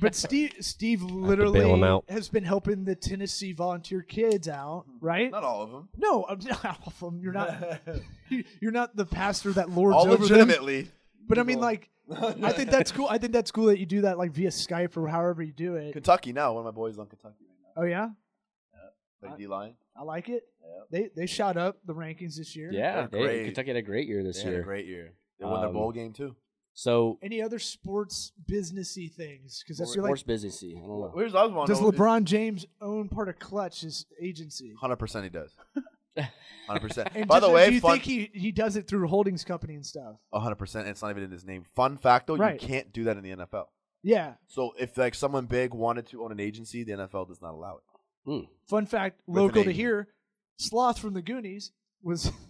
B: But Steve, Steve
E: bail
B: literally
E: him out.
B: has been helping the Tennessee volunteer kids out,
D: Mm.
B: right?
D: Not all of them.
B: No, I'm not off them. You're not. You're not the pastor that lords
D: all
B: over them.
D: legitimately.
B: But I mean,
D: People-
B: like, I think that's cool. I think that's cool that you do that like via Skype or however you do it.
D: Kentucky now. One of my boys is on Kentucky right now.
B: Oh yeah,
D: Play D line.
B: I like it. They they shot up the rankings this year.
A: Yeah,
D: They're
A: they-
D: great.
A: Kentucky had a great year
D: They
A: this
D: had a
A: year.
D: great year. They won their
A: Um,
D: bowl game too.
A: so
B: Any other sports businessy things? Because that's
A: sports
B: like
A: busy. See, I don't know.
D: Where's Oswald?
B: does LeBron James own part of Clutch his agency?
D: Hundred percent, he does. Hundred percent.
B: And
D: By
B: does
D: the
B: it- do
D: way,
B: you
D: fun.
B: think he he does it through holdings company and stuff?
D: hundred percent. It's not even in his name. Fun fact though,
B: Right.
D: you can't do that in the NFL.
B: Yeah.
D: So if like someone big wanted to own an agency, the NFL does not allow it.
B: Fun fact,
D: an
B: local to
D: agent.
B: here, Sloth from the Goonies was.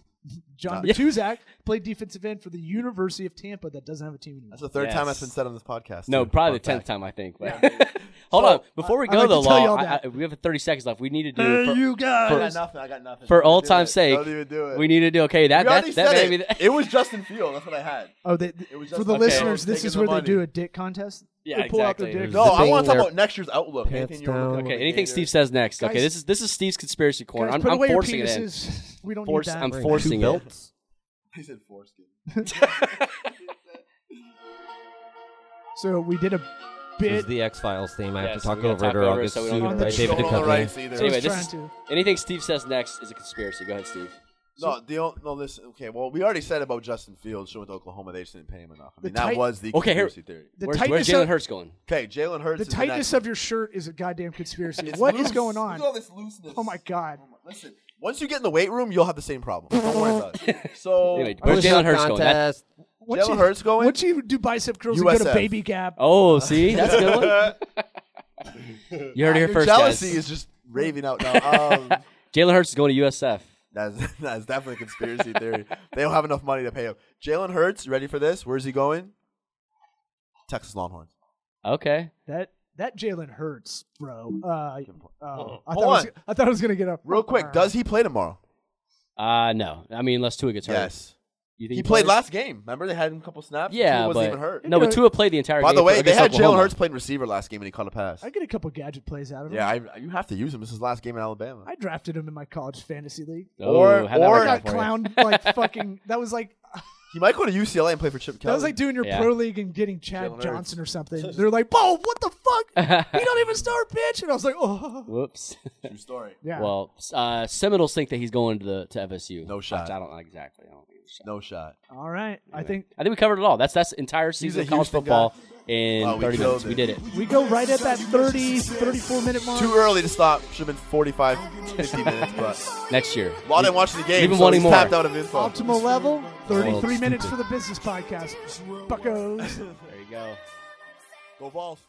B: John
D: Yeah.
B: Matuzak played defensive end for the University of Tampa that doesn't have a team anymore.
D: That's the third time that's been
A: Yes.
D: said on this podcast.
A: No,
D: too.
A: probably the tenth
D: Fun fact.
A: time I think. but- Hold
B: So,
A: on, before we
B: I- I'd
A: go
B: like to
A: though,
B: tell
A: Law,
B: y'all
A: I-
B: that.
A: I- we have thirty seconds left. We need to do for,
D: I
A: guys.
D: got nothing. I got nothing.
A: for
D: Don't
A: all
D: do
A: time
D: it.
A: sake,
D: Don't even do it.
A: We need to do okay. That
D: You already
A: that, that
D: said
A: may be
D: it.
A: the,
D: it was Justin Field. That's what I had.
B: Oh, they,
D: It was
B: for
D: just
B: the
D: like,
B: listeners,
D: they were
B: this is
D: taking
B: where
D: the
B: they do
D: money.
B: a dick contest.
A: Yeah,
B: pull out their
A: exactly.
B: dick.
D: No, I
E: Zipping
D: want to talk
E: their
D: about next year's outlook.
E: pants
D: Anything you wanna look
E: down.
D: at
A: Okay,
D: the
A: anything
D: gator?
A: Steve says next. Okay,
B: Guys-
A: this is this is Steve's conspiracy corner.
B: Guys,
A: I'm,
B: put
A: I'm
B: away your
A: forcing it in.
B: penises. We don't
A: Force-
B: need that.
A: I'm
E: Wearing
A: forcing
E: two
A: it.
E: belts.
D: He said foreskin.
B: so we did a
E: This is
B: bit.
E: the X Files theme. I have
A: Yes,
E: to talk
A: we gotta
E: over it,
A: talk
E: or I'll
A: over it
E: get
A: so we don't
E: sued
B: get
E: by
B: sued.
E: David
D: Don't own the
E: Duchovny.
D: rights either.
B: so I was
A: Anyway, this
B: trying
A: is-
B: to.
A: Anything Steve says next is a conspiracy. Go ahead, Steve.
D: No, the o- no. Listen, okay. Well, we already said about Justin Fields showing to Oklahoma they just didn't pay him enough. I
B: The
D: mean, that
B: tight-
D: was the
A: Okay, here-
D: conspiracy theory.
B: The
A: where's where's
B: tightness
A: Jalen
B: of-
A: Hurts going?
D: Okay, Jalen Hurts.
B: The
D: is
B: tightness
D: the
B: of your shirt is a goddamn conspiracy.
D: next. It's
B: What is
D: loose.
B: going
D: Look at all
B: on?
D: this looseness.
B: Oh my god.
D: Listen, once you get in the weight room, you'll have the same problem. Don't worry about it. So
A: Anyway, where's Jalen Hurts going? That-
E: contest.
B: Once
D: Jalen
B: you-
D: Hurts going?
B: Once you do bicep curls, you go to
D: USF.
B: baby gap.
A: oh, see, that's a good. One. You heard it here
D: your
A: first,
D: jealousy
A: guys.
D: is just raving out now. Um,
A: Jalen Hurts is going to USF.
D: that's that's definitely a conspiracy theory. They don't have enough money to pay him. Jalen Hurts, you ready for this? Where's he going? Texas Longhorns.
A: Okay,
B: That that Jalen hurts, bro. Uh, uh, I,
D: Hold
B: thought I, was,
D: on.
B: I thought I was gonna get up
D: Real quick, does he play tomorrow?
A: uh, no, I mean unless Tua gets hurt.
D: Yes.
A: you think
D: He played
A: plays?
D: last game. Remember they had him a couple snaps.
A: Yeah,
D: he wasn't
A: but
D: even hurt.
A: no, but
B: Yeah.
A: Tua played the entire
D: By
A: game.
D: the way,
A: for-
D: they
A: against
D: had Jalen
A: Oklahoma.
D: Hurts playing receiver last game and he caught a pass.
B: I get a couple gadget plays out of him?
D: Yeah, I, you have to use him. This is his last game in Alabama.
B: I drafted him in my college fantasy league.
A: Oh,
D: Or-
A: how'd that
D: or-
A: work
B: I
A: out
B: got
A: for you?
B: clowned like fucking. That was like
D: He might go to UCLA and play for Chip Kelly.
B: that was like doing your
A: Yeah.
B: pro league and getting Chad
D: Jalen Hurts.
B: Johnson or something. They're like, "Bo, what the fuck? We don't even start, bitch!" And I was like, "Oh,
A: Whoops.
D: True story.
B: yeah."
A: Well, uh, Seminoles think that he's going to the to FSU.
D: No shot.
A: I don't know exactly. I don't think it's a shot.
D: No shot.
B: All right, I think
A: I think we covered it all. That's that's the entire
D: a
A: season of college
D: Houston
A: football in
D: Oh, we
A: 30 minutes.
D: killed
A: We
D: it.
A: did it.
B: we go right at that 30, 34 minute mark.
D: Too early to stop. Should have been 45, 50 minutes, but
A: Next year.
D: a lot didn't watch the game.
A: We've been
D: so
A: wanting
D: he's
A: more.
D: tapped out of info.
B: Optimal level, 33
A: Oh,
B: minutes
A: stupid.
B: for the business podcast. Buckos.
A: There you go.
D: Go balls.